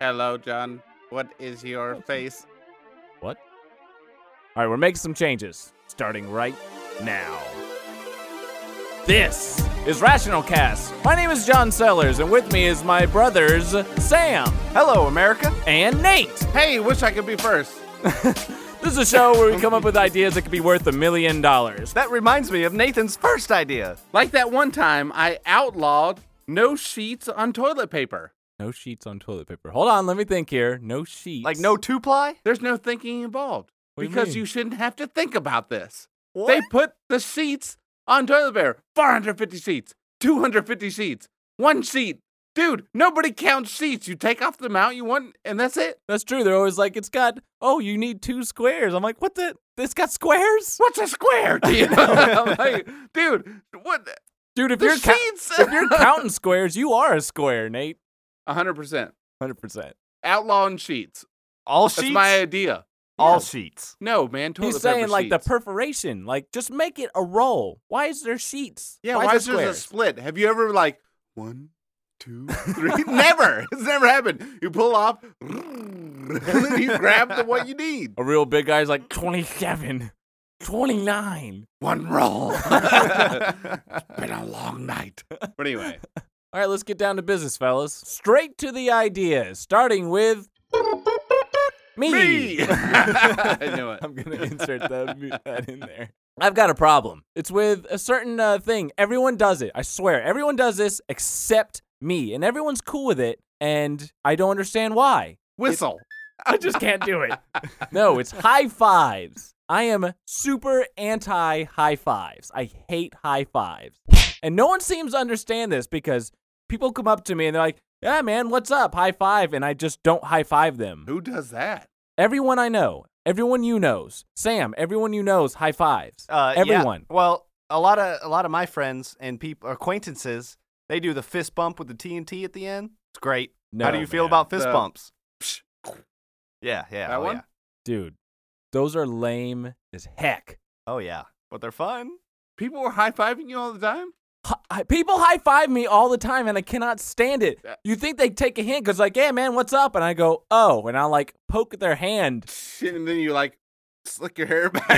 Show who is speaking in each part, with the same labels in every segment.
Speaker 1: Hello, John. What is your face?
Speaker 2: What? All right, we're making some changes starting right now. This is Rational Cast. My name is John Sellers, and with me is my brothers, Sam
Speaker 3: Hello, America.
Speaker 2: and Nate.
Speaker 1: Hey, wish I could be first.
Speaker 2: This is a show where we come up with ideas that could be worth a million dollars.
Speaker 3: That reminds me of Nathan's first idea.
Speaker 1: Like that one time I outlawed no sheets on toilet paper.
Speaker 2: No sheets on toilet paper. Hold on, let me think here. No sheets.
Speaker 3: Like no two ply?
Speaker 1: There's no thinking involved
Speaker 2: What do you
Speaker 1: because
Speaker 2: mean?
Speaker 1: you, shouldn't have to think about this.
Speaker 3: What?
Speaker 1: They put the sheets on toilet paper 450 sheets, 250 sheets, one sheet. Dude, nobody counts sheets. You take off the amount you want, and that's it.
Speaker 2: That's true. They're always like, it's got, oh, you need two squares. I'm like, what the? It's got squares?
Speaker 1: What's a square? Do you know? I'm like, dude, what?
Speaker 2: Dude, if
Speaker 1: The
Speaker 2: you're, cou-
Speaker 1: sheets.
Speaker 2: if you're counting squares, you are a square, Nate.
Speaker 1: 100%.
Speaker 2: 100%.
Speaker 1: Outlawing sheets.
Speaker 3: All
Speaker 1: That's
Speaker 3: sheets?
Speaker 1: my idea.
Speaker 3: All
Speaker 1: Yeah.
Speaker 3: sheets.
Speaker 1: No, man. Toilet
Speaker 2: He's saying
Speaker 1: paper
Speaker 2: like the
Speaker 1: sheets.
Speaker 2: perforation, like just make it a roll. Why is there sheets?
Speaker 1: Yeah, why, is
Speaker 2: there
Speaker 1: there a
Speaker 2: squares?
Speaker 1: split? Have you ever like one, two, three? never. It's never happened. You pull off, and then you grab the what you need.
Speaker 2: A real big guy's like 27, 29.
Speaker 1: One roll. it's been a long night. But anyway,
Speaker 2: All right, let's get down to business, fellas. Straight to the ideas, starting with me.
Speaker 1: me. I knew it.
Speaker 2: I'm gonna insert that, mu- that in there. I've got a problem. It's with a certain uh, thing. Everyone does it. I swear, everyone does this except me, and everyone's cool with it. And I don't understand why.
Speaker 1: Whistle.
Speaker 2: I just can't do it. no, it's high fives. I am super anti high fives. I hate high fives. And no one seems to understand this because people come up to me and they're like, yeah, man, what's up? High five. And I just don't high five them.
Speaker 1: Who does that?
Speaker 2: Everyone I know, everyone you knows, Sam, everyone you knows, high fives.
Speaker 3: Uh, yeah.
Speaker 2: everyone.
Speaker 3: Well, a lot of a lot of my friends and people acquaintances, they do the fist bump with the TNT at the end. It's great. How do
Speaker 2: No,
Speaker 3: you feel
Speaker 2: man.
Speaker 3: about fist
Speaker 1: The-
Speaker 3: bumps? Yeah, yeah.
Speaker 1: That
Speaker 3: oh,
Speaker 1: one?
Speaker 3: yeah.
Speaker 2: Dude, those are lame as heck.
Speaker 3: Oh yeah. But they're fun.
Speaker 1: People were high fiving you all the time.
Speaker 2: Hi- hi- People high five me all the time, and I cannot stand it. You think they take a hint because, like, "Hey, man, what's up?" And I go, "Oh," and I like poke their hand.
Speaker 1: And then you like slick your hair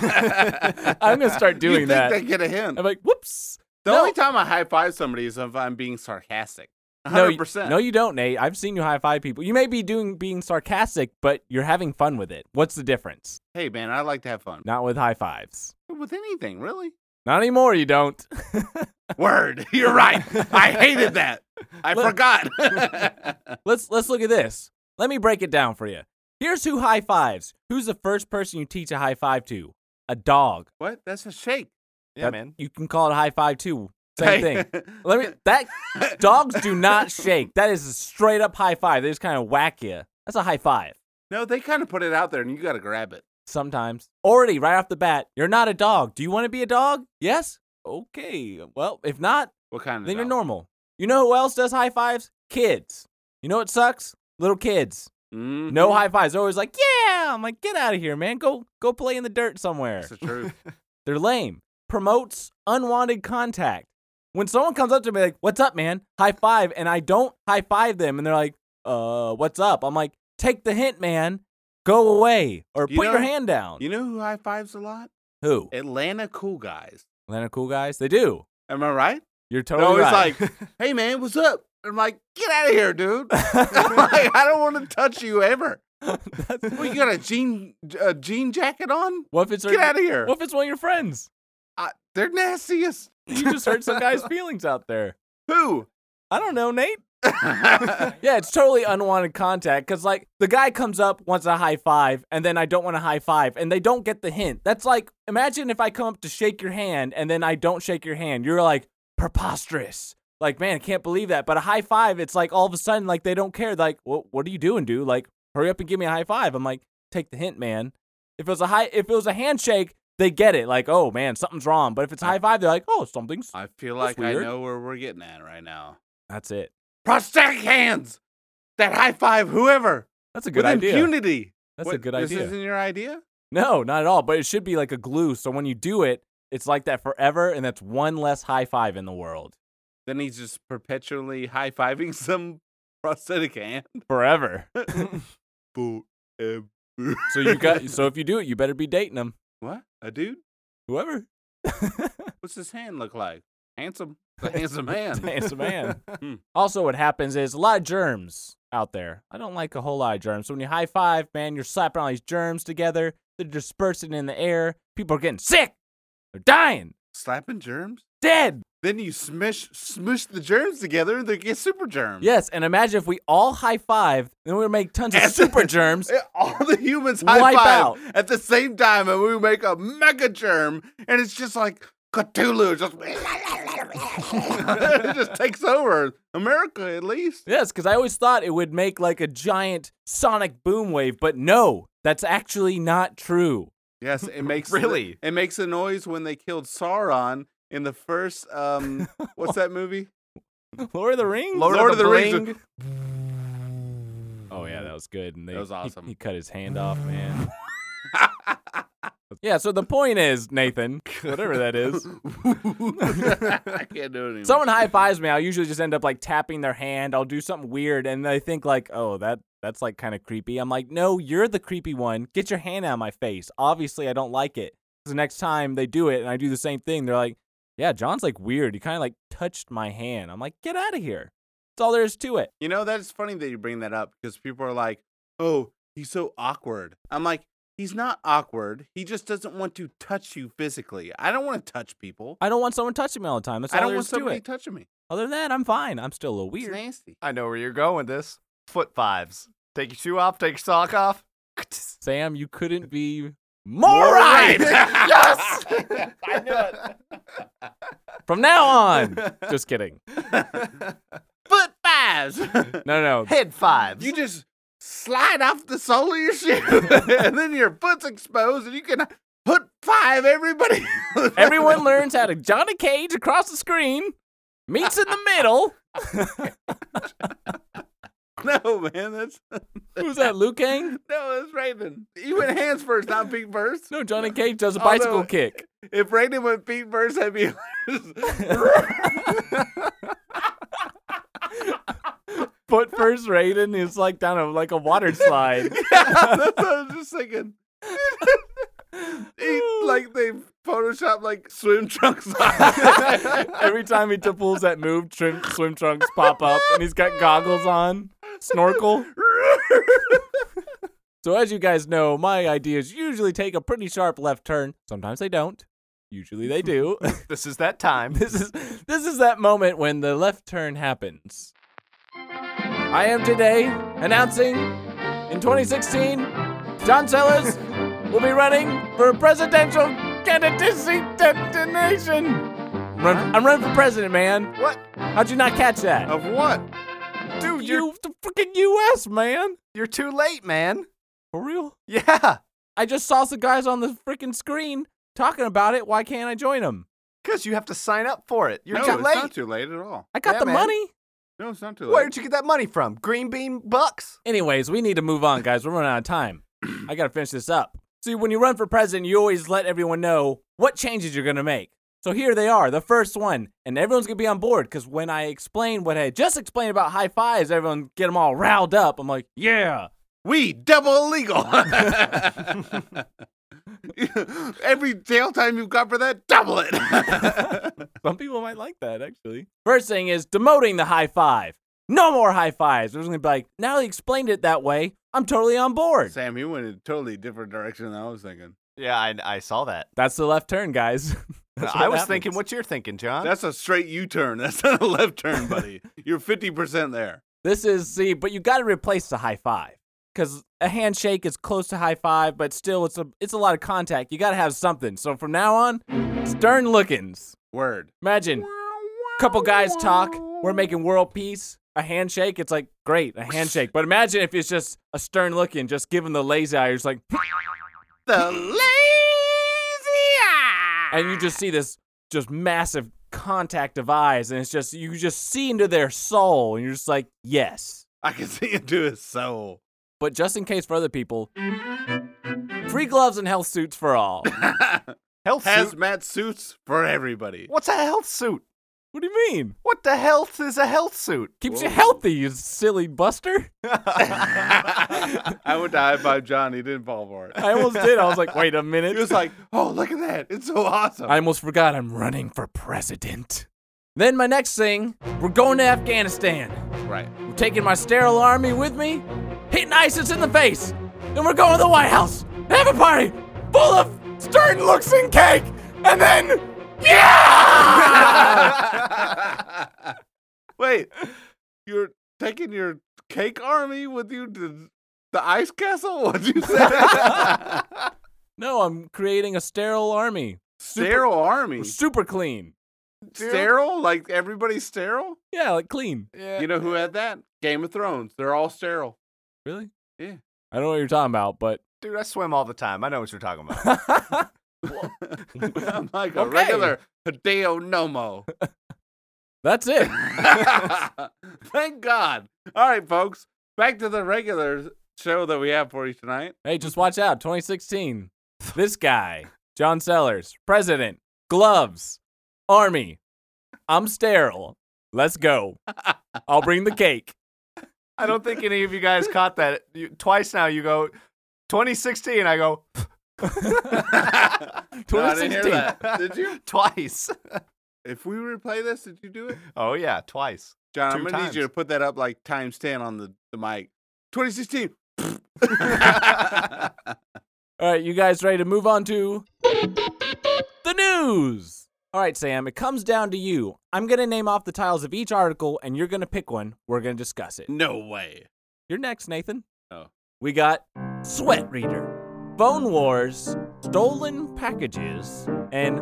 Speaker 1: back.
Speaker 2: I'm gonna start doing
Speaker 1: you think
Speaker 2: that.
Speaker 1: They get a hint.
Speaker 2: I'm like, "Whoops."
Speaker 1: The
Speaker 2: no,
Speaker 1: only time I high five somebody is if I'm being sarcastic.
Speaker 2: no,
Speaker 1: 100%.
Speaker 2: you- no, you don't, Nate. I've seen you high five people. You may be doing being sarcastic, but you're having fun with it. What's the difference?
Speaker 1: hey, man, I like to have fun.
Speaker 2: Not with high fives.
Speaker 1: With anything, really.
Speaker 2: Not anymore. You don't.
Speaker 1: Word. You're right. I hated that. I
Speaker 2: Look-
Speaker 1: forgot.
Speaker 2: let's let's look at this. Let me break it down for you. Here's who high fives. Who's the first person you teach a high five to? A dog.
Speaker 1: what? That's a shake.
Speaker 3: Yeah,
Speaker 2: That-
Speaker 3: man.
Speaker 2: You can call it a high five too. Same
Speaker 1: Hey.
Speaker 2: thing. Let me that dogs do not shake. That is a straight up high five. They just kind of whack you. That's a high five.
Speaker 1: No, they kind of put it out there and you got to grab it.
Speaker 2: Sometimes. Already right off the bat, you're not a dog. Do you want to be a dog? Yes? Okay. Well, if not,
Speaker 1: What kind of
Speaker 2: then you're
Speaker 1: dog?
Speaker 2: normal. You know who else does high fives? Kids. You know what sucks? Little kids.
Speaker 1: Mhm.
Speaker 2: No high fives. They're always like, yeah. I'm like, get out of here, man. Go go play in the dirt somewhere.
Speaker 1: That's the truth.
Speaker 2: They're lame. Promotes unwanted contact. When someone comes up to me like, "What's up, man?" High five, and I don't high five them, and they're like, "Uh, what's up?" I'm like, "Take the hint, man. Go away, or
Speaker 1: You
Speaker 2: put your
Speaker 1: know-
Speaker 2: hand down."
Speaker 1: You know who high fives a lot?
Speaker 2: Who?
Speaker 1: Atlanta cool guys.
Speaker 2: Atlanta cool guys. They do.
Speaker 1: Am I right?
Speaker 2: Oh, You're
Speaker 1: They're
Speaker 2: totally
Speaker 1: always
Speaker 2: right.
Speaker 1: like, hey, man, what's up? I'm like, get out of here, dude. I'm like, I don't want to touch you ever.
Speaker 2: That's-
Speaker 1: Well, you got a jean a jean jacket on?
Speaker 2: what if it's
Speaker 1: Get out of here.
Speaker 2: what if it's one of your friends?
Speaker 1: I, they're nastiest.
Speaker 2: You just hurt some guy's feelings out there.
Speaker 1: Who?
Speaker 2: I don't know, Nate.
Speaker 1: I
Speaker 2: Yeah, it's totally unwanted contact because, like, the guy comes up, wants a high five, and then I don't want a high five, and they don't get the hint. That's like, imagine if I come up to shake your hand and then I don't shake your hand. You're like, preposterous. Like, man, I can't believe that. But a high five, it's like all of a sudden, like, they don't care. Like, well, what are you doing, dude? Like, hurry up and give me a high five. I'm like, take the hint, man. If it was a high, if it was a handshake, they get it. Like, oh man, something's wrong. But if it's a high five, they're like, oh, something's.
Speaker 1: feel like I
Speaker 2: weird.
Speaker 1: know where we're getting at right now.
Speaker 2: That's it.
Speaker 1: Prosthetic hands. That high five, whoever.
Speaker 2: That's a good
Speaker 1: with
Speaker 2: idea.
Speaker 1: impunity.
Speaker 2: That's a
Speaker 1: What,
Speaker 2: good
Speaker 1: this
Speaker 2: idea.
Speaker 1: isn't your idea?
Speaker 2: No, not at all. But it should be like a glue. So when you do it, it's like that forever, and that's one less high five in the world.
Speaker 1: Then he's just perpetually high fiving some prosthetic hand
Speaker 2: forever.
Speaker 1: forever.
Speaker 2: So you got. So if you do it, you better be dating him.
Speaker 1: What? A dude?
Speaker 2: Whoever.
Speaker 1: What's his hand look like? Handsome. The handsome hand.
Speaker 2: It's a man.
Speaker 1: Hmm.
Speaker 2: also, what happens is a lot of germs out there. I don't like a whole lot of germs. So when you high five, man, you're slapping all these germs together. They're dispersing in the air. People are getting sick. They're dying.
Speaker 1: Slapping germs?
Speaker 2: Dead.
Speaker 1: Then you smush smush the germs together and they get super germs.
Speaker 2: Yes. And imagine if we all high five, then we would make tons of
Speaker 1: Yes.
Speaker 2: super germs.
Speaker 1: Yeah, All the humans high
Speaker 2: Wipe
Speaker 1: five
Speaker 2: out.
Speaker 1: at the same time, and we make a mega germ, and it's just like Cthulhu just it just takes over America at least.
Speaker 2: Yes, because I always thought it would make like a giant sonic boom wave, but no, that's actually not true.
Speaker 1: Yes, it makes
Speaker 3: Really?
Speaker 1: it makes a noise when they killed Sauron in the first um what's that movie?
Speaker 2: Lord of the Rings?
Speaker 3: Lord,
Speaker 1: Lord
Speaker 3: of the,
Speaker 1: of the Rings
Speaker 3: Ring.
Speaker 2: Oh yeah, that was good. And they,
Speaker 1: That was
Speaker 2: he-
Speaker 1: awesome.
Speaker 2: He, cut his hand off, man. yeah. So the point is, Nathan, whatever that is,
Speaker 1: I can't do it anymore.
Speaker 2: someone high fives me. I'll usually just end up like tapping their hand. I'll do something weird, and they think like, oh, that that's like kind of creepy. I'm like, no, you're the creepy one. Get your hand out of my face. Obviously, I don't like it. The next time they do it, and I do the same thing, they're like, yeah, John's like weird. He kind of like touched my hand. I'm like, get out of here. That's all there is to it.
Speaker 1: You know, that's funny that you bring that up because people are like, oh, he's so awkward. I'm like, he's not awkward. He just doesn't want to touch you physically. I don't want to touch people.
Speaker 2: I don't want someone touching me all the time. That's all
Speaker 1: I don't
Speaker 2: there
Speaker 1: want
Speaker 2: is to
Speaker 1: somebody
Speaker 2: it.
Speaker 1: touching me.
Speaker 2: Other than that, I'm fine. I'm still a little weird.
Speaker 1: It's nasty.
Speaker 3: I know where you're going with this. Foot fives. Take your shoe off. Take your sock off.
Speaker 2: Sam, you couldn't be
Speaker 3: All
Speaker 2: more right.
Speaker 3: right. yes.
Speaker 1: I knew
Speaker 2: From now on. Just kidding.
Speaker 1: it. Foot fives.
Speaker 2: No, no. no.
Speaker 3: Head fives.
Speaker 1: you just slide off the sole of your shoe and then your foot's exposed and you can put five everybody.
Speaker 2: Everyone learns how to Johnny Cage across the screen, meets in the middle.
Speaker 1: No, man. That's
Speaker 2: Who's that, Liu Kang?
Speaker 1: no, that's Raven. You went hands first, not feet first.
Speaker 2: No, Johnny Cage does a
Speaker 1: Although-
Speaker 2: bicycle kick.
Speaker 1: If Raiden went feet first, that'd be
Speaker 2: Foot first, Raiden is like down a like a water slide.
Speaker 1: That's what I was just thinking. He- like they Photoshop like swim trunks on.
Speaker 2: Every time he pulls that move, trim, swim trunks pop up, and he's got goggles on, snorkel. So, as you guys know, my ideas usually take a pretty sharp left turn. Sometimes they don't. Usually they do.
Speaker 3: this is that time.
Speaker 2: this is this is that moment when the left turn happens. I am today announcing in 2016, John Sellers will be running for presidential candidacy destination. Run, I'm running for president, man.
Speaker 3: What?
Speaker 2: How'd you not catch that?
Speaker 1: of what?
Speaker 3: Dude, Oh, you're
Speaker 2: you the freaking U.S. man.
Speaker 3: you're too late, man.
Speaker 2: For real?
Speaker 3: Yeah.
Speaker 2: I just saw some guys on the freaking screen talking about it. Why can't I join them?
Speaker 3: Because you have to sign up for it. You're
Speaker 1: no,
Speaker 3: too
Speaker 1: it's
Speaker 3: late.
Speaker 1: not too late at all.
Speaker 2: I got
Speaker 3: Yeah,
Speaker 2: the
Speaker 3: man.
Speaker 2: money.
Speaker 1: No, it's not too late.
Speaker 3: Where'd you get that money from? Green bean bucks?
Speaker 2: Anyways, we need to move on, guys. We're running out of time. I gotta finish this up. See, when you run for president, you always let everyone know what changes you're gonna make. So here they are, the first one, and everyone's gonna be on board because when I explain what I just explained about high fives, everyone get them all riled up. I'm like, yeah,
Speaker 1: We double illegal. Every jail time you've got for that, double it.
Speaker 2: some people might like that actually. First thing is demoting the high five. No more high fives. There's gonna be like, now they explained it that way. I'm totally on board.
Speaker 1: Sam, you went in a totally different direction than I was thinking.
Speaker 3: Yeah, I, I saw that.
Speaker 2: That's the left turn, guys. That's
Speaker 3: I
Speaker 2: what
Speaker 3: was
Speaker 2: happens.
Speaker 3: thinking what you're thinking, John.
Speaker 1: That's a straight U turn. That's not a left turn, buddy. You're 50% there.
Speaker 2: This is see, but you got to replace the high five because a handshake is close to high five, but still, it's a it's a lot of contact. You got to have something. So from now on, stern lookings.
Speaker 1: Word.
Speaker 2: Imagine, couple guys talk. We're making world peace. A handshake, it's like great, a handshake. But imagine if it's just a stern looking, just giving the lazy eye. You're just like,
Speaker 1: The lazy eye.
Speaker 2: and you just see this just massive contact of eyes, and it's just you just see into their soul, and you're just like, yes.
Speaker 1: I can see into his soul.
Speaker 2: But just in case for other people, free gloves and health suits for all.
Speaker 3: health suit.
Speaker 1: Hazmat suits for everybody.
Speaker 3: What's a health suit?
Speaker 2: What do you mean?
Speaker 3: What the health is a health suit?
Speaker 2: Keeps you
Speaker 1: Whoa.
Speaker 2: healthy, you silly buster.
Speaker 1: I went to high five John. He didn't fall for it.
Speaker 2: I almost did. I was like, wait a minute.
Speaker 1: He was like, "Oh, look at that! It's so awesome."
Speaker 2: I almost forgot I'm running for president. Then my next thing, we're going to Afghanistan.
Speaker 1: right.
Speaker 2: We're taking my sterile army with me, hitting ISIS in the face. Then we're going to the White House. Have a party full of stern looks and cake. And then, yeah!
Speaker 1: Wait, you're taking your cake army with you to the ice castle? What'd you say?
Speaker 2: no, I'm creating a sterile army.
Speaker 1: sterile army.
Speaker 2: Super clean.
Speaker 1: Sterile? Like everybody's sterile?
Speaker 2: Yeah, like clean.
Speaker 3: Yeah.
Speaker 1: You know who had that? Game of Thrones. They're all sterile.
Speaker 2: Really?
Speaker 1: Yeah.
Speaker 2: I don't know what you're talking about, but
Speaker 3: Dude, I swim all the time. I know what you're talking about.
Speaker 1: I'm like a
Speaker 2: Okay.
Speaker 1: regular Hideo Nomo.
Speaker 2: that's it.
Speaker 1: Thank God. All right, folks. Back to the regular show that we have for you tonight.
Speaker 2: Hey, just watch out. 2016. This guy, John Sellers, president, gloves, army. I'm sterile. Let's go. I'll bring the cake.
Speaker 3: I don't think any of you guys caught that. You, twice now you go 2016. I go
Speaker 1: No, I didn't hear
Speaker 2: 2016.
Speaker 1: that. Did you?
Speaker 3: twice.
Speaker 1: If we replay this, did you do it?
Speaker 3: Oh yeah, twice.
Speaker 1: John,
Speaker 3: Two
Speaker 1: I'm gonna need you
Speaker 3: times.
Speaker 1: to put that up like times ten on the, the mic. 2016.
Speaker 2: All right, you guys ready to move on to the news? All right, Sam, it comes down to you. I'm going to name off the titles of each article, and you're going to pick one. We're going to discuss it.
Speaker 1: no way.
Speaker 2: You're next, Nathan.
Speaker 1: Oh.
Speaker 2: We got Sweat Reader, Phone Wars, Stolen Packages, and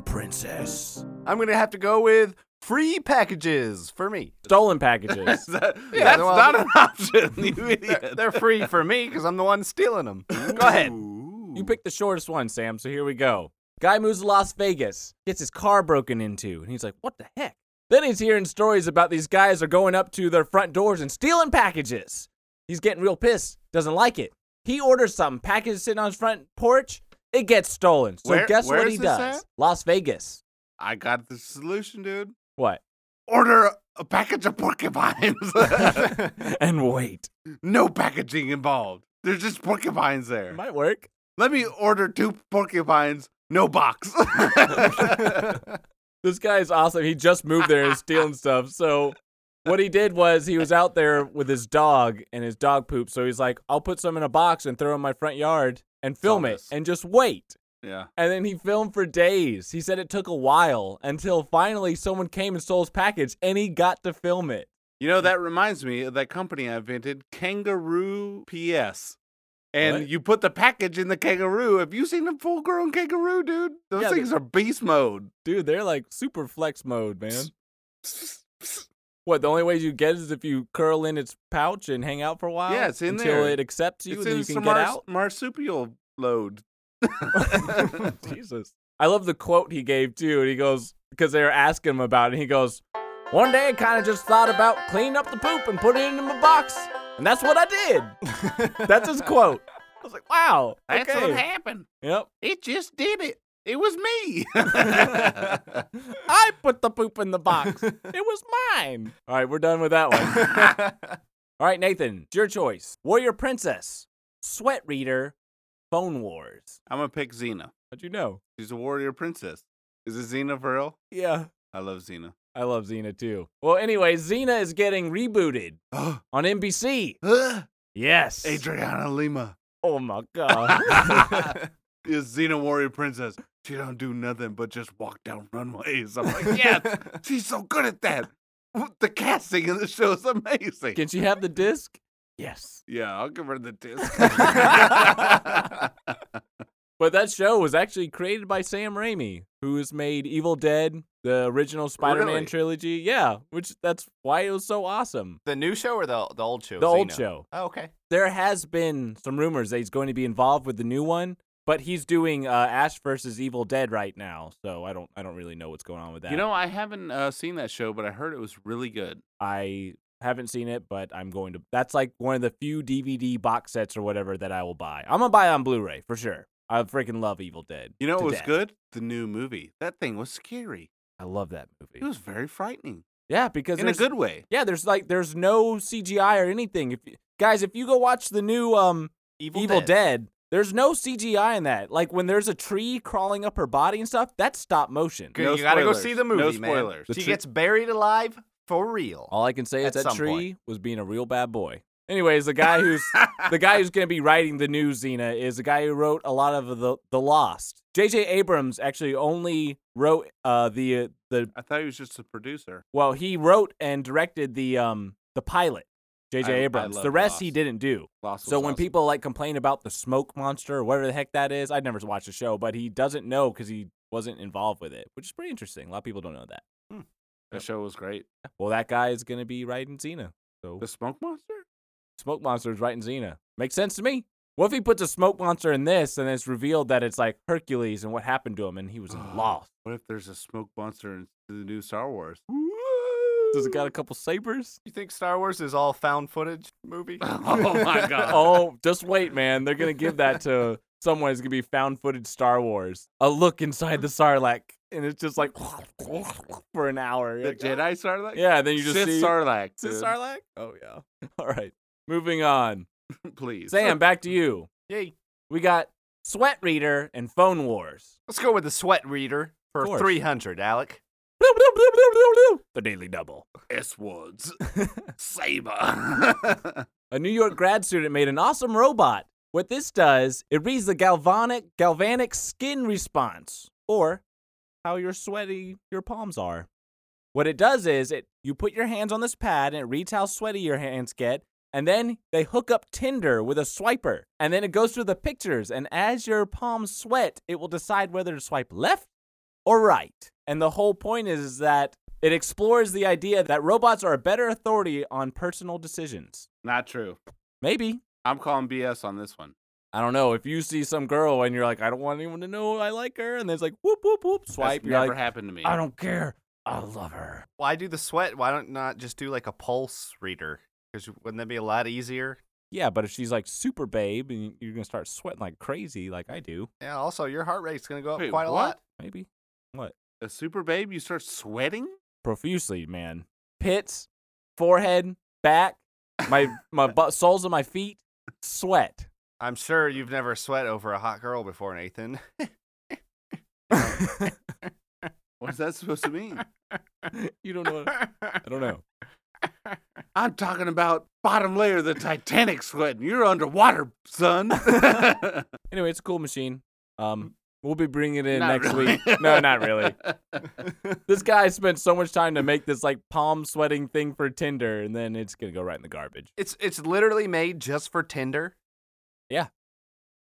Speaker 2: Princess.
Speaker 3: I'm gonna have to go with free packages for me.
Speaker 2: Stolen
Speaker 1: That's,
Speaker 2: packages.
Speaker 1: that's
Speaker 3: well,
Speaker 1: not an option, you
Speaker 3: They're,
Speaker 1: idiot.
Speaker 3: they're free for me because I'm the one stealing them. Go ahead.
Speaker 2: you picked the shortest one, Sam, so here we go. Guy moves to Las Vegas, gets his car broken into, and he's like, what the heck? Then he's hearing stories about these guys are going up to their front doors and stealing packages. He's getting real pissed, doesn't like it. He orders something, package sitting on his front porch, it gets stolen. So
Speaker 1: Where-
Speaker 2: guess
Speaker 1: where
Speaker 2: what
Speaker 1: is
Speaker 2: he
Speaker 1: this
Speaker 2: does?
Speaker 1: at?
Speaker 2: Las Vegas.
Speaker 1: I got the solution, dude.
Speaker 2: What?
Speaker 1: Order a package of porcupines.
Speaker 2: and wait.
Speaker 1: no packaging involved. There's just porcupines there.
Speaker 2: Might work.
Speaker 1: Let me order two porcupines, no box.
Speaker 2: This guy is awesome. He just moved there and is stealing stuff. So what he did was he was out there with his dog and his dog poop. So he's like, I'll put some in a box and throw it in my front yard and film
Speaker 1: Saw
Speaker 2: it
Speaker 1: this.
Speaker 2: and just wait.
Speaker 1: yeah.
Speaker 2: And then he filmed for days. He said it took a while until finally someone came and stole his package and he got to film it.
Speaker 1: You know, that reminds me of that company I invented, Kangaroo PS. And
Speaker 2: What?
Speaker 1: you put the package in the kangaroo. Have you seen a full grown kangaroo, dude? Those
Speaker 2: Yeah,
Speaker 1: things are beast mode.
Speaker 2: Dude, they're like super flex mode, man. What, the only way you get is if you curl in its pouch and hang out for a while?
Speaker 1: Yeah, it's in
Speaker 2: until
Speaker 1: there.
Speaker 2: it accepts you
Speaker 1: it's
Speaker 2: and then
Speaker 1: in
Speaker 2: you can
Speaker 1: some
Speaker 2: get
Speaker 1: mars-
Speaker 2: out.
Speaker 1: marsupial load.
Speaker 2: Jesus. I love the quote he gave too. And he goes, because they were asking him about it, and he goes, One day I kind of just thought about cleaning up the poop and putting it in my box. And that's what I did. that's his quote. I was like, wow.
Speaker 1: That's
Speaker 2: okay.
Speaker 1: what happened.
Speaker 2: Yep.
Speaker 1: It just did it. It was me.
Speaker 2: I put the poop in the box. it was mine. All right, we're done with that one. All right, Nathan, it's your choice. Warrior Princess, Sweat Reader, Phone Wars.
Speaker 1: I'm going to pick Xena.
Speaker 2: How'd you know?
Speaker 1: She's a warrior princess. Is it Xena for real?
Speaker 2: Yeah.
Speaker 1: I love Xena.
Speaker 2: I love Xena too. Well, anyway, Xena is getting rebooted on NBC. Yes.
Speaker 1: Adriana Lima.
Speaker 2: Oh my god.
Speaker 1: is Xena Warrior Princess. She don't do nothing but just walk down runways. I'm like, yeah, she's so good at that. The casting in the show is amazing.
Speaker 2: Can she have the disc? Yes.
Speaker 1: yeah, I'll give her the disc.
Speaker 2: But that show was actually created by Sam Raimi, who has made Evil Dead, the original Spider-Man
Speaker 1: Really?
Speaker 2: trilogy. Yeah, which that's why it was so awesome.
Speaker 3: the new show or the the old show?
Speaker 2: The old
Speaker 3: Xena?
Speaker 2: show.
Speaker 3: Oh, okay.
Speaker 2: There has been some rumors that he's going to be involved with the new one, but he's doing uh, Ash versus Evil Dead right now, so I don't I don't really know what's going on with that.
Speaker 1: you know, I haven't uh, seen that show, but I heard it was really good.
Speaker 2: I haven't seen it, but I'm going to. That's like one of the few DVD box sets or whatever that I will buy. I'm gonna buy it on Blu-ray for sure. I freaking love Evil Dead.
Speaker 1: You know,
Speaker 2: to
Speaker 1: what was
Speaker 2: death.
Speaker 1: good. The new movie. That thing was scary.
Speaker 2: I love that movie.
Speaker 1: It was very frightening
Speaker 2: yeah, because
Speaker 1: in a
Speaker 2: there's-
Speaker 1: good way.
Speaker 2: yeah, there's like there's no CGI or anything. If you, guys, if you go watch the new um
Speaker 3: Evil,
Speaker 2: Evil, Dead. there's no CGI in that. Like when there's a tree crawling up her body and stuff, that's stop motion.
Speaker 3: Good,
Speaker 1: No
Speaker 3: you gotta go
Speaker 1: spoilers.
Speaker 3: see the
Speaker 1: No
Speaker 3: movie, man.
Speaker 1: spoilers. The
Speaker 3: She
Speaker 1: tr-
Speaker 3: gets buried alive for real.
Speaker 2: All I can say
Speaker 3: At
Speaker 2: is that
Speaker 3: some
Speaker 2: tree
Speaker 3: point.
Speaker 2: was being a real bad boy. Anyways, the guy who's the guy who's going to be writing the new Xena is the guy who wrote a lot of the the Lost. J.J. Abrams actually only wrote uh the uh, the
Speaker 1: I thought he was just a producer.
Speaker 2: well he wrote and directed the um the pilot. J.J.
Speaker 1: I- I
Speaker 2: Abrams.
Speaker 1: love
Speaker 2: the rest he
Speaker 1: Lost.
Speaker 2: didn't do.
Speaker 1: Lost was
Speaker 2: So when
Speaker 1: awesome.
Speaker 2: people like complain about the smoke monster or whatever the heck that is, I'd never watched the show, but he doesn't know because he wasn't involved with it, which is pretty interesting. A lot of people don't know that.
Speaker 1: the show was great.
Speaker 2: Well, that guy is gonna be writing Xena. So
Speaker 1: The Smoke Monster.
Speaker 2: smoke monster is writing Xena. Makes sense to me. What if he puts a smoke monster in this and it's revealed that it's like Hercules and what happened to him and he was lost?
Speaker 1: What if there's a smoke monster in the new Star Wars?
Speaker 2: Does it got a couple sabers?
Speaker 3: You think Star Wars is all found footage movie?
Speaker 1: Oh my God.
Speaker 2: Oh, just wait, man. They're gonna give that to someone. It's gonna be found footage Star Wars. A look inside the Sarlacc, and it's just like for an hour. You're
Speaker 1: The
Speaker 2: like,
Speaker 1: Jedi Sarlacc.
Speaker 2: Yeah, then you just
Speaker 1: Sith
Speaker 2: see
Speaker 1: Sarlacc.
Speaker 2: Sith
Speaker 1: dude.
Speaker 2: Sarlacc. Oh yeah. All right. Moving on.
Speaker 1: Please.
Speaker 2: Sam, back to you.
Speaker 3: Yay.
Speaker 2: We got Sweat Reader and Phone Wars.
Speaker 3: Let's go with the sweat reader
Speaker 2: Of
Speaker 3: for
Speaker 2: course.
Speaker 3: 300, Alec.
Speaker 2: The Daily Double.
Speaker 1: S words. Saber.
Speaker 2: A New York grad student made an awesome robot. What this does, it reads the galvanic galvanic skin response or how your sweaty your palms are. What it does is it you put your hands on this pad and it reads how sweaty your hands get and then they hook up Tinder with a swiper and then it goes through the pictures and as your palms sweat, it will decide whether to swipe left or right. And the whole point is that it explores the idea that robots are a better authority on personal decisions.
Speaker 1: Not true.
Speaker 2: Maybe.
Speaker 1: I'm calling BS on this one.
Speaker 2: I don't know. If you see some girl and you're like, I don't want anyone to know I like her, and there's like whoop whoop whoop swipe,
Speaker 1: That's
Speaker 2: you're
Speaker 1: never
Speaker 2: like,
Speaker 1: happened to me.
Speaker 2: I don't care. I love her.
Speaker 3: Why do the sweat? Why don't not just do like a pulse reader? Because wouldn't that be a lot easier?
Speaker 2: Yeah, but if she's like super babe and you're gonna start sweating like crazy, like I do,
Speaker 3: Yeah, also, your heart rate's going to go up
Speaker 1: Wait,
Speaker 3: quite a
Speaker 1: what?
Speaker 3: lot.
Speaker 2: maybe what
Speaker 1: A super babe, you start sweating?
Speaker 2: profusely, man. Pits, forehead, back, my my butt, soles of my feet, sweat.
Speaker 3: I'm sure you've never sweat over a hot girl before, Nathan.
Speaker 1: What's that supposed to mean?
Speaker 2: you don't know. I don't know.
Speaker 1: I'm talking about bottom layer of the Titanic sweating. You're underwater, son.
Speaker 2: Anyway, it's a cool machine. Um, we'll be bringing it in
Speaker 1: Mm. Not
Speaker 2: next
Speaker 1: really.
Speaker 2: week. No, not really. this guy spent so much time to make this like palm sweating thing for Tinder, and then it's gonna go right in the garbage.
Speaker 3: It's it's literally made just for Tinder.
Speaker 2: Yeah.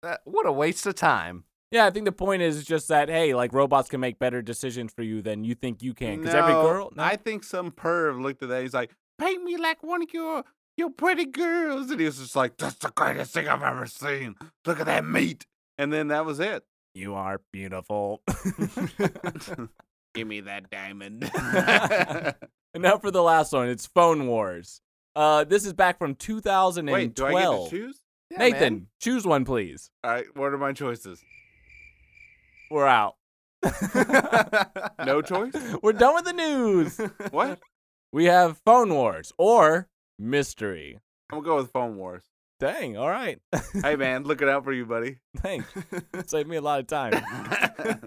Speaker 3: That, what a waste of time.
Speaker 2: Yeah, I think the point is just that hey, like robots can make better decisions for you than you think you can. Because every
Speaker 1: No,
Speaker 2: girl, no.
Speaker 1: I think some perv looked at that. He's like, paint me like one of your your pretty girls. And he was just like, that's the greatest thing I've ever seen. Look at that meat. And then that was it.
Speaker 2: you are beautiful.
Speaker 1: Give me that diamond.
Speaker 2: and now for the last one, it's Phone Wars. Uh, this is back from 2012.
Speaker 1: Wait, do I get to choose?
Speaker 3: Yeah, man.
Speaker 2: Nathan, choose one, please.
Speaker 1: All right, what are my choices?
Speaker 2: We're out.
Speaker 1: No choice?
Speaker 2: We're done with the news.
Speaker 1: What?
Speaker 2: We have Phone Wars or Mystery.
Speaker 1: I'm going to go with Phone Wars.
Speaker 2: Dang, all right.
Speaker 1: Hey, man, looking out for you, buddy.
Speaker 2: Thanks. Saved me a lot of time.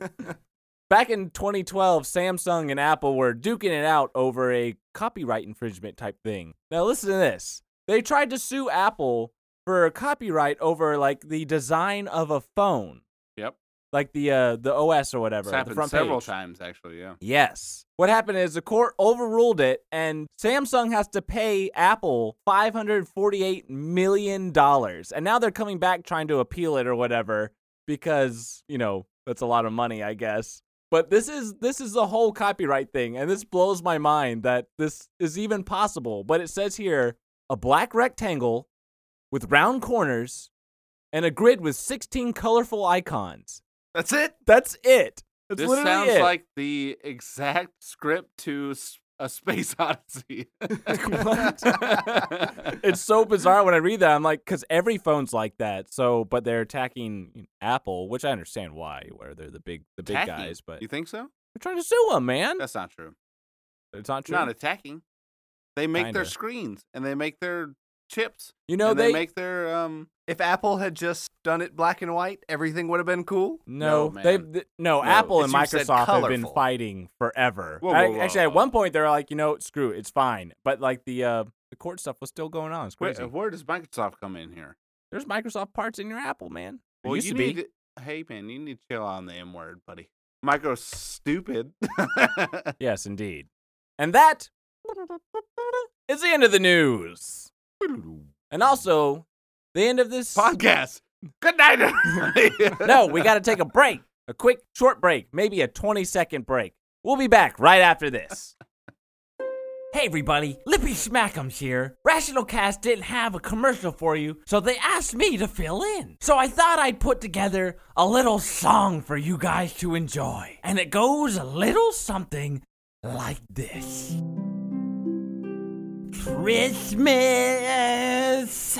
Speaker 2: Back in 2012, Samsung and Apple were duking it out over a copyright infringement type thing. Now, listen to this. They tried to sue Apple for copyright over like the design of a phone,
Speaker 1: yep.
Speaker 2: like the uh, the OS or whatever,
Speaker 1: It's
Speaker 2: the
Speaker 1: happened
Speaker 2: front
Speaker 1: several
Speaker 2: page.
Speaker 1: times, actually, yeah.
Speaker 2: Yes. What happened is the court overruled it, and Samsung has to pay Apple $548 million. And now they're coming back trying to appeal it or whatever because, you know, that's a lot of money, I guess. But this is this is the whole copyright thing, and this blows my mind that this is even possible. But it says here a black rectangle with round corners and a grid with 16 colorful icons.
Speaker 3: That's it.
Speaker 2: That's it. That's
Speaker 1: this
Speaker 2: literally
Speaker 1: sounds
Speaker 2: it.
Speaker 1: like the exact script to S- a Space Odyssey.
Speaker 2: What? it's so bizarre when I read that. I'm like, because every phone's like that. So, but they're attacking Apple, which I understand why, where they're the big, the big
Speaker 1: Tacky.
Speaker 2: guys. But
Speaker 1: you think so?
Speaker 2: They're trying to sue him, man.
Speaker 1: That's not true.
Speaker 2: it's not true.
Speaker 1: Not attacking. They make their
Speaker 2: Kinda.
Speaker 1: screens and they make their chips
Speaker 2: you know
Speaker 1: and
Speaker 2: they,
Speaker 1: they, make their um
Speaker 3: If Apple had just done it black and white, everything would have been cool.
Speaker 2: no,
Speaker 1: No,
Speaker 2: they
Speaker 1: man.
Speaker 2: th- no,
Speaker 1: No,
Speaker 2: Apple and
Speaker 3: it's- you said
Speaker 2: Microsoft have been
Speaker 3: colorful.
Speaker 2: fighting forever.
Speaker 1: Whoa,
Speaker 2: I-
Speaker 1: whoa, whoa,
Speaker 2: actually, at
Speaker 1: whoa.
Speaker 2: one point they were like, you know, screw it, it's fine. But like the uh, the court stuff was still going on. It's
Speaker 1: where,
Speaker 2: crazy.
Speaker 1: where does Microsoft come in here?
Speaker 2: There's Microsoft parts in your Apple, man. It used
Speaker 1: you
Speaker 2: to be.
Speaker 1: need to- hey man, you need to chill on the M word, buddy. Micro stupid.
Speaker 2: Yes, indeed. And that is the end of the news. And also, the end of this
Speaker 1: Podcast. Good night. everybody.
Speaker 2: No, we got to take a break. A quick short break, maybe a 20 second break. We'll be back right after this.
Speaker 4: Hey everybody, Lippy Smackums here. Rational Cast didn't have a commercial for you, so they asked me to fill in. So I thought I'd put together a little song for you guys to enjoy. And it goes a little something like this. Christmas.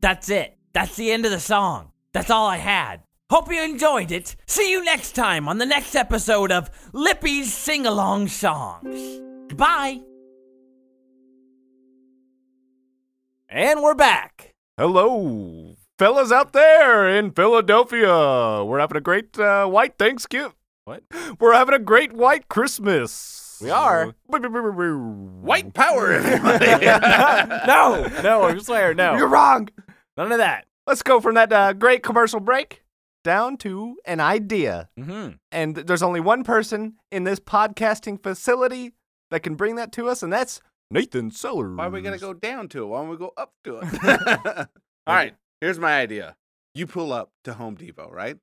Speaker 4: That's it. That's the end of the song. That's all I had. Hope you enjoyed it. See you next time on the next episode of Lippy's Sing Along Songs. Goodbye.
Speaker 2: And we're back.
Speaker 3: Hello, fellas out there in Philadelphia. We're having a great uh, white Thanksgiving.
Speaker 2: What?
Speaker 3: We're having a great white Christmas.
Speaker 2: We are.
Speaker 1: White power, everybody.
Speaker 2: No, no, I swear,
Speaker 3: You're
Speaker 2: no.
Speaker 3: wrong.
Speaker 2: None of that.
Speaker 3: Let's go from that uh, great commercial break down to an idea.
Speaker 2: Mm-hmm.
Speaker 3: And th- there's only one person in this podcasting facility that can bring that to us, and that's Nathan Sellers.
Speaker 1: Why are we
Speaker 2: Mm.
Speaker 1: gonna go down to it? Why don't we go up to it? All right. Here's my idea. You pull up to Home Depot, right?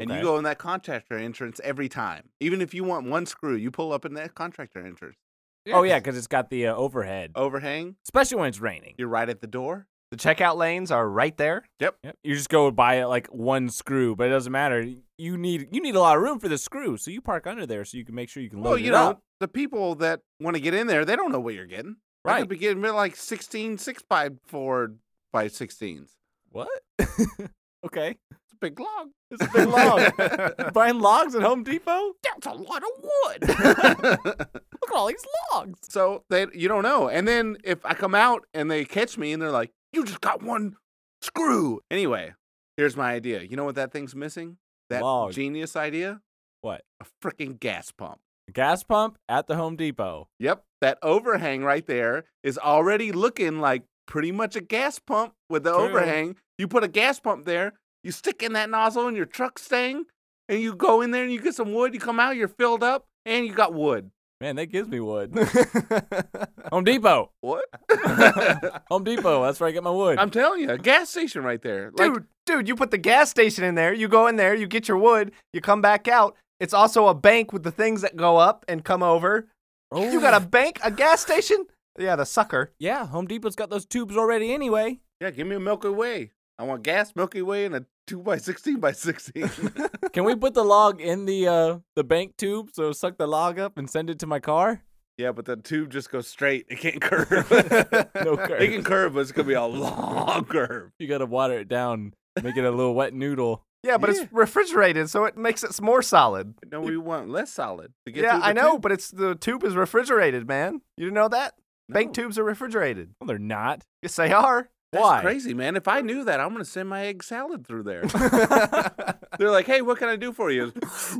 Speaker 1: And you
Speaker 3: Okay.
Speaker 1: go in that contractor entrance every time. Even if you want one screw, you pull up in that contractor entrance.
Speaker 2: Oh, yeah, because it's got the uh, overhead,
Speaker 1: Overhang,
Speaker 2: especially when it's raining.
Speaker 1: you're right at the door.
Speaker 3: The checkout lanes are right there.
Speaker 2: Yep. You just go buy it like one screw, but it doesn't matter. You need you need a lot of room for the screw, so you park under there so you can make sure you can load
Speaker 1: Well, you
Speaker 2: it
Speaker 1: know,
Speaker 2: up.
Speaker 1: the people that want to get in there, they don't know what you're getting. I
Speaker 2: Right.
Speaker 1: could be getting like 16 6 by 4 by 16s. It's
Speaker 2: What? okay.
Speaker 1: a big log.
Speaker 2: It's a big log. Buying logs at Home Depot?
Speaker 1: That's a lot of wood.
Speaker 2: Look at all these logs.
Speaker 1: So they you don't know. And then if I come out and they catch me and they're like, "You just got one screw." Anyway, here's my idea. You know what that thing's missing? That
Speaker 2: Log.
Speaker 1: genius idea?
Speaker 2: What?
Speaker 1: A freaking gas pump.
Speaker 2: Gas pump at the Home Depot.
Speaker 1: Yep, that overhang right there is already looking like pretty much a gas pump with the
Speaker 2: True.
Speaker 1: overhang. You put a gas pump there, you stick in that nozzle in your truck thing, and you go in there and you get some wood, you come out, you're filled up, and you got wood.
Speaker 2: Man, that gives me wood. Home Depot.
Speaker 1: What?
Speaker 2: Home Depot. That's where I get my wood.
Speaker 1: I'm telling you, a gas station right there. Like,
Speaker 3: Dude, dude, you put the gas station in there. You go in there, you get your wood, you come back out. It's also a bank with the things that go up and come over. You got a bank, a gas station? Yeah, the sucker.
Speaker 2: Oh, Yeah, Home Depot's got those tubes already anyway.
Speaker 1: Yeah, give me a Milky Way. I want gas Milky Way and a two by sixteen by sixteen.
Speaker 2: Can we put the log in the uh the bank tube so it'll suck the log up and send it to my car?
Speaker 1: yeah, but the tube just goes straight. It can't curve.
Speaker 2: No
Speaker 1: it can
Speaker 2: curve.
Speaker 1: curve, but it's gonna be a long curve.
Speaker 2: You gotta water it down, make it a little wet noodle.
Speaker 3: Yeah, but
Speaker 1: Yeah.
Speaker 3: it's refrigerated, so it makes it more solid.
Speaker 1: No, we want less solid to get.
Speaker 3: yeah,
Speaker 1: through the
Speaker 3: I know,
Speaker 1: tube.
Speaker 3: but it's the tube is refrigerated, man. You didn't know that? Bank
Speaker 1: No,
Speaker 3: tubes are refrigerated.
Speaker 2: Well, they're not.
Speaker 3: Yes, they are.
Speaker 1: That's
Speaker 2: Why?
Speaker 1: crazy, man. If I knew that, I'm gonna send my egg salad through there. They're like, "Hey, what can I do for you?"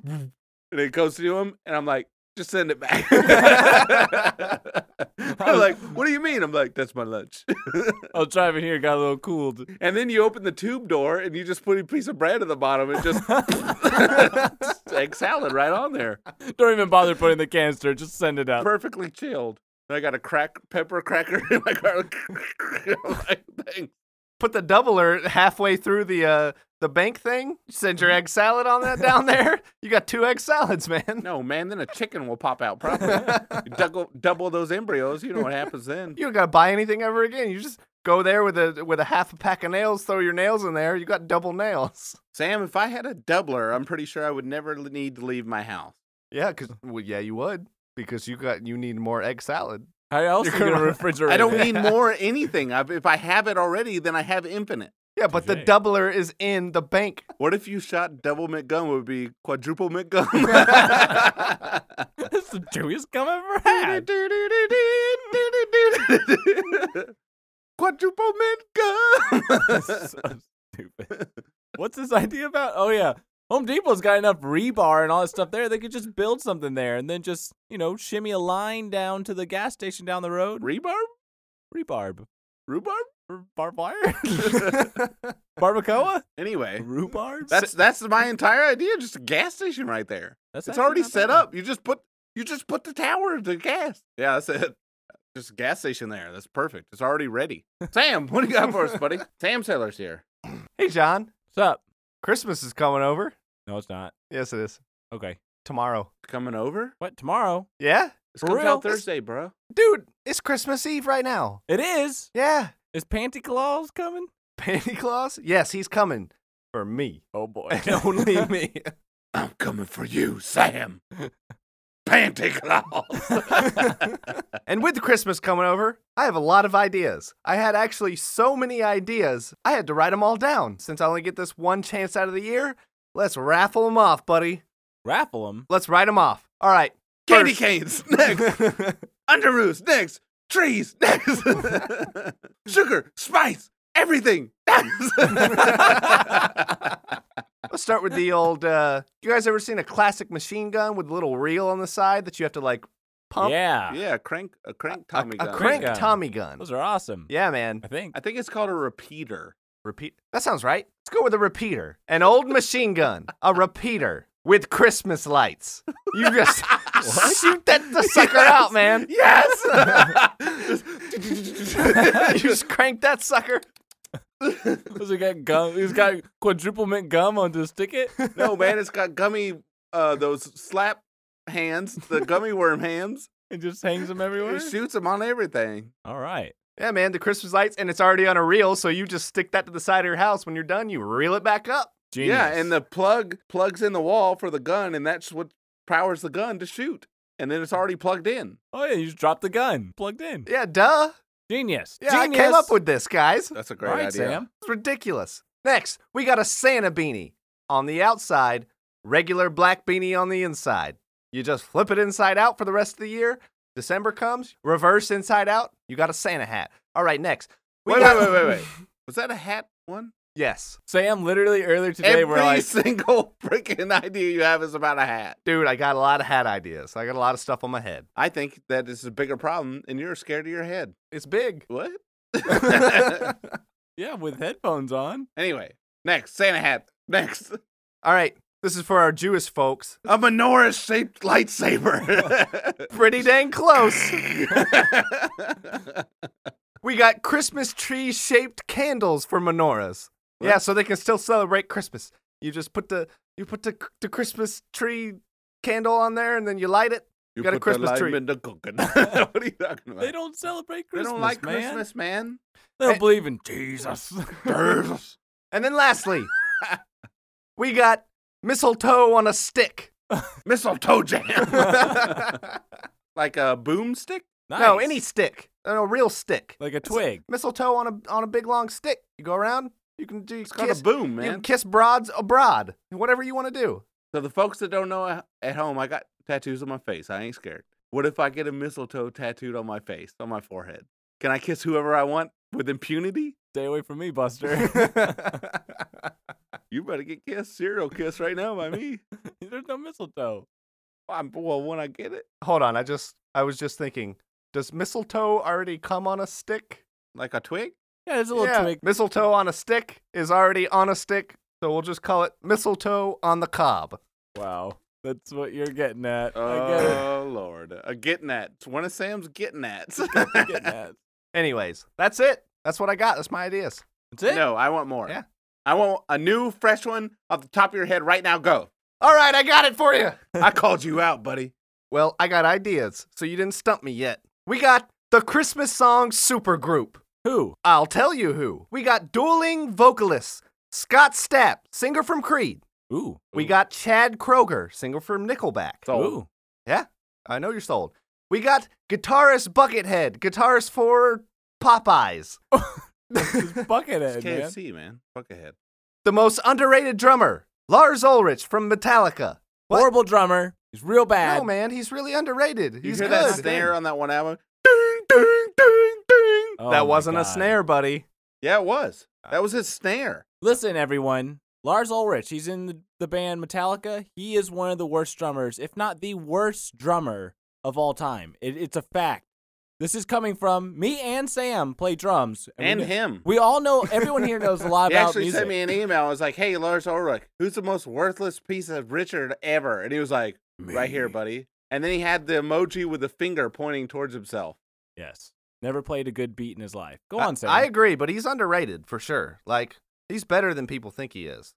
Speaker 1: and it goes to them, and I'm like, "Just send it back." They're like, "What do you mean?" I'm like, "That's my lunch."
Speaker 2: I was driving here, got a little cooled.
Speaker 1: And then you open the tube door and you just put a piece of bread at the bottom and just egg salad right on there.
Speaker 2: Don't even bother putting the canister, just send it out.
Speaker 1: Perfectly chilled. And I got a crack pepper cracker in my garlic. like, thanks.
Speaker 3: Put the doubler halfway through the uh, the bank thing. Send your egg salad on that down there. You got two egg salads, man.
Speaker 1: no, man, then a chicken will pop out probably. You double, double those embryos, you know what happens then.
Speaker 3: You don't gotta buy anything ever again. You just go there with a with a half a pack of nails, throw your nails in there. You got double nails.
Speaker 1: Sam, if I had a doubler, I'm pretty sure I would never l- need to leave my house.
Speaker 3: Yeah, cause well, yeah, you would because you got you need more egg salad.
Speaker 2: How else are you
Speaker 3: You're
Speaker 2: gonna
Speaker 3: gonna-
Speaker 2: refrigerate?
Speaker 1: I don't
Speaker 2: it?
Speaker 1: need more anything. I've, if I have it already, then I have infinite.
Speaker 3: Yeah, but the
Speaker 2: Touche.
Speaker 3: doubler is in the bank.
Speaker 1: What if you shot double McGum? It would be quadruple McGum.
Speaker 2: That's the chewiest gum I've ever had.
Speaker 1: quadruple
Speaker 2: That's
Speaker 1: McGum.
Speaker 2: so stupid. What's this idea about? Oh yeah, Home Depot's got enough rebar and all that stuff there. They could just build something there and then just you know shimmy a line down to the gas station down the road.
Speaker 1: Rebarb?
Speaker 2: Rebarb,
Speaker 1: Rhubarb?
Speaker 2: barbed wire, barbacoa,
Speaker 1: Anyway,
Speaker 2: rhubarb.
Speaker 1: that's that's my entire idea. Just a gas station right there.
Speaker 2: That's
Speaker 1: it's
Speaker 2: actually
Speaker 1: already
Speaker 2: not
Speaker 1: set
Speaker 2: bad.
Speaker 1: up. You just put you just put the tower to gas. Yeah, that's it. Just a gas station there. That's perfect. It's already ready. Sam, what do you got for us, buddy? Sam Sailor's here.
Speaker 3: Hey, John.
Speaker 2: What's up?
Speaker 3: Christmas is coming over.
Speaker 2: No, it's not.
Speaker 3: Yes, it is.
Speaker 2: Okay.
Speaker 3: Tomorrow.
Speaker 1: Coming over?
Speaker 2: What tomorrow?
Speaker 3: Yeah?
Speaker 1: This
Speaker 2: For
Speaker 1: comes out
Speaker 2: real?
Speaker 1: Thursday, bro.
Speaker 3: Dude, it's Christmas Eve right now.
Speaker 2: It is.
Speaker 3: Yeah.
Speaker 2: Is Panty Claus coming?
Speaker 3: Panty Claus? Yes, he's coming. For me.
Speaker 2: Oh boy.
Speaker 3: And only me.
Speaker 1: I'm coming for you, Sam. Panty Claus.
Speaker 3: and with Christmas coming over, I have a lot of ideas. I had actually so many ideas, I had to write them all down. Since I only get this one chance out of the year, let's raffle them off, buddy.
Speaker 2: Raffle him.
Speaker 3: Let's write them off. All right.
Speaker 1: Candy
Speaker 3: first-
Speaker 1: canes next. Underoos next. Trees next. Sugar, spice, everything. next.
Speaker 3: Let's start with the old. Uh, you guys ever seen a classic machine gun with a little reel on the side that you have to like pump?
Speaker 2: Yeah.
Speaker 1: Yeah, a crank a crank
Speaker 3: A,
Speaker 1: Tommy
Speaker 3: a
Speaker 1: gun.
Speaker 3: crank
Speaker 2: gun.
Speaker 3: Tommy gun.
Speaker 2: Those are awesome.
Speaker 3: Yeah, man.
Speaker 2: I think.
Speaker 1: I think it's called a repeater.
Speaker 3: Repeat. That sounds right. Let's go with a repeater. An old machine gun. A repeater with Christmas lights. You just shoot that the sucker out, man.
Speaker 1: Yes.
Speaker 3: you just crank that sucker.
Speaker 2: Does he got gum? He's got quadruple mint gum on his ticket.
Speaker 1: no, man, it's got gummy uh those slap hands, the gummy worm hands.
Speaker 2: and just hangs them everywhere.
Speaker 1: It shoots them on everything.
Speaker 2: All right.
Speaker 3: Yeah, man. The Christmas lights, and it's already on a reel, so you just stick that to the side of your house. When you're done, you reel it back up.
Speaker 2: Genius.
Speaker 1: Yeah, and the plug plugs in the wall for the gun, and that's what powers the gun to shoot. And then it's already plugged in.
Speaker 2: oh yeah, you just dropped the gun, plugged in.
Speaker 3: Yeah, duh.
Speaker 2: Genius.
Speaker 3: Yeah, I
Speaker 2: Genius.
Speaker 3: came up with this, guys.
Speaker 1: That's a
Speaker 2: All
Speaker 1: great
Speaker 2: right,
Speaker 1: idea.
Speaker 2: Sam.
Speaker 3: It's ridiculous. Next, we got a Santa beanie on the outside, regular black beanie on the inside. You just flip it inside out for the rest of the year. December comes, reverse inside out, you got a Santa hat. All right, next. We
Speaker 1: Wait, wait, wait,
Speaker 3: got-
Speaker 1: wait, wait. Was that a hat one?
Speaker 3: Yes.
Speaker 2: Sam, literally earlier today,
Speaker 1: Every
Speaker 2: we're like,
Speaker 1: single freaking idea you have is about a hat.
Speaker 3: Dude, I got a lot of hat ideas. I got a lot of stuff on my head.
Speaker 1: I think that is a bigger problem, and you're scared of your head.
Speaker 3: It's big.
Speaker 1: What?
Speaker 2: yeah, with headphones on.
Speaker 1: anyway, next Santa hat. Next,
Speaker 3: All right, this is for our Jewish folks.
Speaker 1: a menorah shaped lightsaber.
Speaker 3: Pretty dang close. We got Christmas tree shaped candles for menorahs.
Speaker 1: What?
Speaker 3: Yeah, so they can still celebrate Christmas. You just put the you put the the Christmas tree candle on there and then you light it. You got a
Speaker 1: put the
Speaker 3: Christmas
Speaker 1: lime
Speaker 3: tree.
Speaker 1: in the coconut. what are you talking about?
Speaker 2: They don't celebrate
Speaker 1: They
Speaker 2: Christmas.
Speaker 1: don't like
Speaker 2: man.
Speaker 1: Christmas, Eh. man.
Speaker 2: They don't
Speaker 3: Hey.
Speaker 2: believe in Jesus.
Speaker 1: Burrs.
Speaker 3: And then lastly, we got mistletoe on a stick.
Speaker 1: Mistletoe jam. like a boomstick?
Speaker 3: No,
Speaker 2: Nice.
Speaker 3: any stick. No, a real stick.
Speaker 2: like a twig.
Speaker 3: Mistletoe on a on a big long stick. You go around, you can do
Speaker 1: It's called
Speaker 3: kiss,
Speaker 1: a boom,
Speaker 3: you can
Speaker 1: man.
Speaker 3: kiss broads abroad. Whatever you want to do.
Speaker 1: So the folks that don't know at- at home, I got tattoos on my face. I ain't scared. What if I get a mistletoe tattooed on my face, on my forehead? Can I kiss whoever I want with impunity?
Speaker 2: Stay away from me, Buster.
Speaker 1: You better get kissed, serial kiss right now by me.
Speaker 2: There's no mistletoe.
Speaker 1: I'm, well, when I get it,
Speaker 3: Hold on, I just I was just thinking, does mistletoe already come on a stick?
Speaker 1: like a twig.
Speaker 2: Yeah, there's a little twig.
Speaker 3: Mistletoe on a stick is already on a stick, so we'll just call it mistletoe on the cob.
Speaker 2: Wow, that's what you're getting at. I get it.
Speaker 1: Oh Lord, a getting at. It's one of Sam's getting at.
Speaker 2: I'm getting at.
Speaker 3: Anyways, that's it. That's what I got. That's my ideas.
Speaker 2: That's it.
Speaker 1: No, I want more.
Speaker 3: Yeah.
Speaker 1: I want a new, fresh one off the top of your head right now. Go.
Speaker 3: All right, I got it for you.
Speaker 1: I called you out, buddy.
Speaker 3: Well, I got ideas, so you didn't stump me yet. We got the Christmas song supergroup.
Speaker 2: Who?
Speaker 3: I'll tell you who. We got dueling vocalists Scott Stapp, singer from Creed.
Speaker 2: Ooh.
Speaker 3: We got Chad Kroger, singer from Nickelback.
Speaker 1: So
Speaker 2: Ooh.
Speaker 3: Yeah, I know you're sold. We got guitarist Buckethead, guitarist for Popeyes.
Speaker 2: Buckethead,
Speaker 1: It's
Speaker 2: man.
Speaker 1: KFC, man. Buckethead.
Speaker 3: the most underrated drummer, Lars Ulrich from Metallica. What?
Speaker 2: Horrible drummer. He's real bad.
Speaker 3: No, man, he's really underrated.
Speaker 1: You
Speaker 3: He's
Speaker 1: hear
Speaker 3: good.
Speaker 1: that snare on that one album? Ding, ding, ding, ding.
Speaker 2: Oh my
Speaker 3: that wasn't a
Speaker 2: God.
Speaker 3: snare, buddy.
Speaker 1: Yeah, it was.
Speaker 2: Uh,
Speaker 1: That was his snare.
Speaker 2: Listen, everyone. Lars Ulrich, he's in the, the band Metallica. He is one of the worst drummers, if not the worst drummer of all time. It, it's a fact. This is coming from me and Sam play drums.
Speaker 1: And
Speaker 2: we, kn-
Speaker 1: him.
Speaker 2: We all know, everyone here knows a lot
Speaker 1: He
Speaker 2: about
Speaker 1: actually
Speaker 2: music.
Speaker 1: sent me an email. I was like, "Hey, Lars Ulrich, who's the most worthless piece of Richard ever?" And he was like, "Right here, buddy." And then he had the emoji with the finger pointing towards himself.
Speaker 2: yes. Never played a good beat in his life. Go
Speaker 3: I-
Speaker 2: on, Sam.
Speaker 3: I agree, but he's underrated for sure. Like he's better than people think he is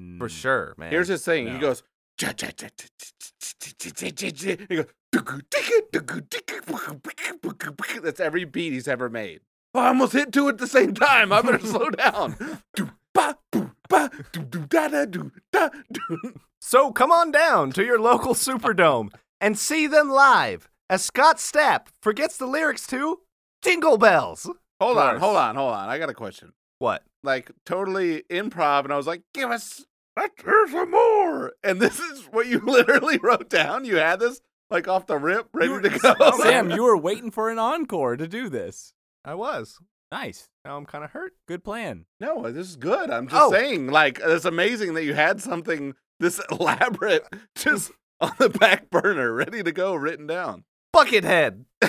Speaker 2: Mm.
Speaker 3: for sure, man.
Speaker 1: Here's his thing. He
Speaker 2: No.
Speaker 1: goes. "Cha, cha, cha, cha, cha, cha, cha, cha, cha, cha." He goes. "Dugu, digga, dugu, digga, bugu, bugu, bugu, bugu." That's every beat he's ever made. Oh, I almost hit two at the same time. I better slow down. Do, ba, boo, ba, do, do, da, da, do, da, do.
Speaker 3: so come on down to your local Superdome and see them live as Scott Stapp forgets the lyrics to "Jingle Bells."
Speaker 1: Hold on,
Speaker 3: Lars.
Speaker 1: hold on, hold on. I got a question.
Speaker 3: What?
Speaker 1: like totally improv, and I was like, "Give us, let's hear some more." And this is what you literally wrote down. You had this like off the rip, ready
Speaker 2: were-
Speaker 1: to go.
Speaker 2: Sam, you were waiting for an encore to do this.
Speaker 3: I was.
Speaker 2: Nice.
Speaker 3: Now I'm kind of hurt.
Speaker 2: Good plan.
Speaker 1: no, this is good. I'm just
Speaker 3: Oh.
Speaker 1: saying, like, it's amazing that you had something this elaborate
Speaker 3: Mm.
Speaker 1: just on the back burner, ready to go, written down.
Speaker 3: Buckethead.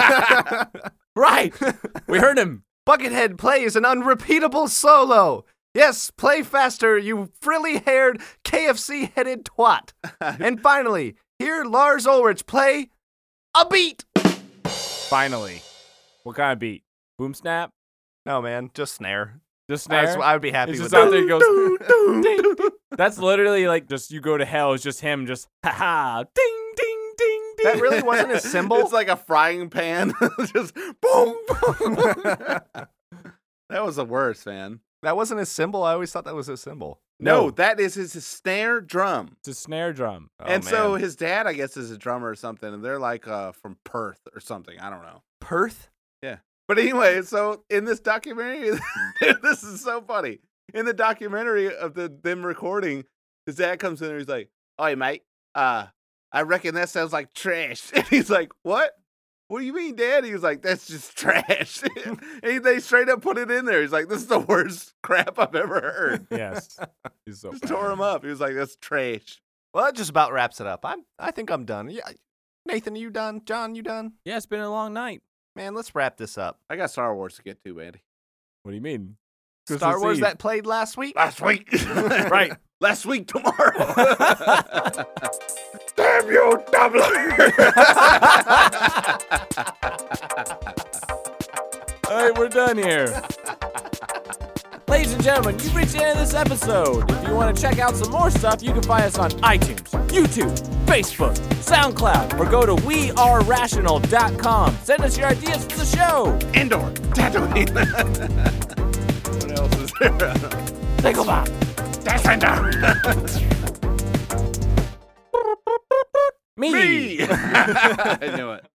Speaker 2: Right. we heard him.
Speaker 3: Buckethead plays an unrepeatable solo. Yes, play faster, you frilly haired, KFC headed twat. and finally, hear Lars Ulrich play a beat.
Speaker 2: Finally. What kind of beat? Boom snap?
Speaker 3: No, man, just snare.
Speaker 2: Just snare?
Speaker 3: That's, I would be happy
Speaker 2: It's
Speaker 3: with
Speaker 2: just out
Speaker 3: that.
Speaker 2: there he goes.
Speaker 1: Ding.
Speaker 2: That's literally like just you go to hell. It's just him. Just ha ha. Ding ding ding ding.
Speaker 3: That really wasn't a symbol.
Speaker 1: It's like a frying pan, just boom. boom. that was the worst, man.
Speaker 3: that wasn't his symbol. I always thought that was his symbol.
Speaker 1: No,
Speaker 2: No.
Speaker 1: that is his snare drum.
Speaker 2: it's a snare drum.
Speaker 3: Oh,
Speaker 1: and so
Speaker 3: man.
Speaker 1: his dad, I guess, is a drummer or something, and they're like uh, from Perth or something. I don't know.
Speaker 3: Perth?
Speaker 1: But anyway, so in this documentary, this is so funny. In the documentary of the them recording, his dad comes in there. He's like, "Hey, mate, uh, I reckon that sounds like trash." And he's like, "What? What do you mean, Dad?" He was like, "That's just trash." and he- they straight up put it in there. He's like, "This is the worst crap I've ever heard."
Speaker 2: Yes. He's so
Speaker 1: Just
Speaker 2: bad.
Speaker 1: tore him up. He was like, "That's trash."
Speaker 3: Well, that just about wraps it up. I'm, I think I'm done. Yeah, Nathan, you done? John, you done?
Speaker 2: Yeah, it's been a long night.
Speaker 3: Man, let's wrap this up.
Speaker 1: I got Star Wars to get to, Andy.
Speaker 2: What do you mean?
Speaker 3: Star
Speaker 2: Christmas
Speaker 3: Wars
Speaker 2: Eve.
Speaker 3: that played last week?
Speaker 1: last week.
Speaker 2: Right.
Speaker 1: Last week tomorrow. Damn you, Dublin.
Speaker 2: All right, we're done here. Ladies and gentlemen, you've reached the end of this episode. If you want to check out some more stuff, you can find us on iTunes, YouTube, Facebook, SoundCloud, or go to wearerational.com. Send us your ideas for the show.
Speaker 1: Indoor tattooing. what else is there?
Speaker 2: Think about
Speaker 1: That's indoor.
Speaker 2: me.
Speaker 1: Me. I knew it.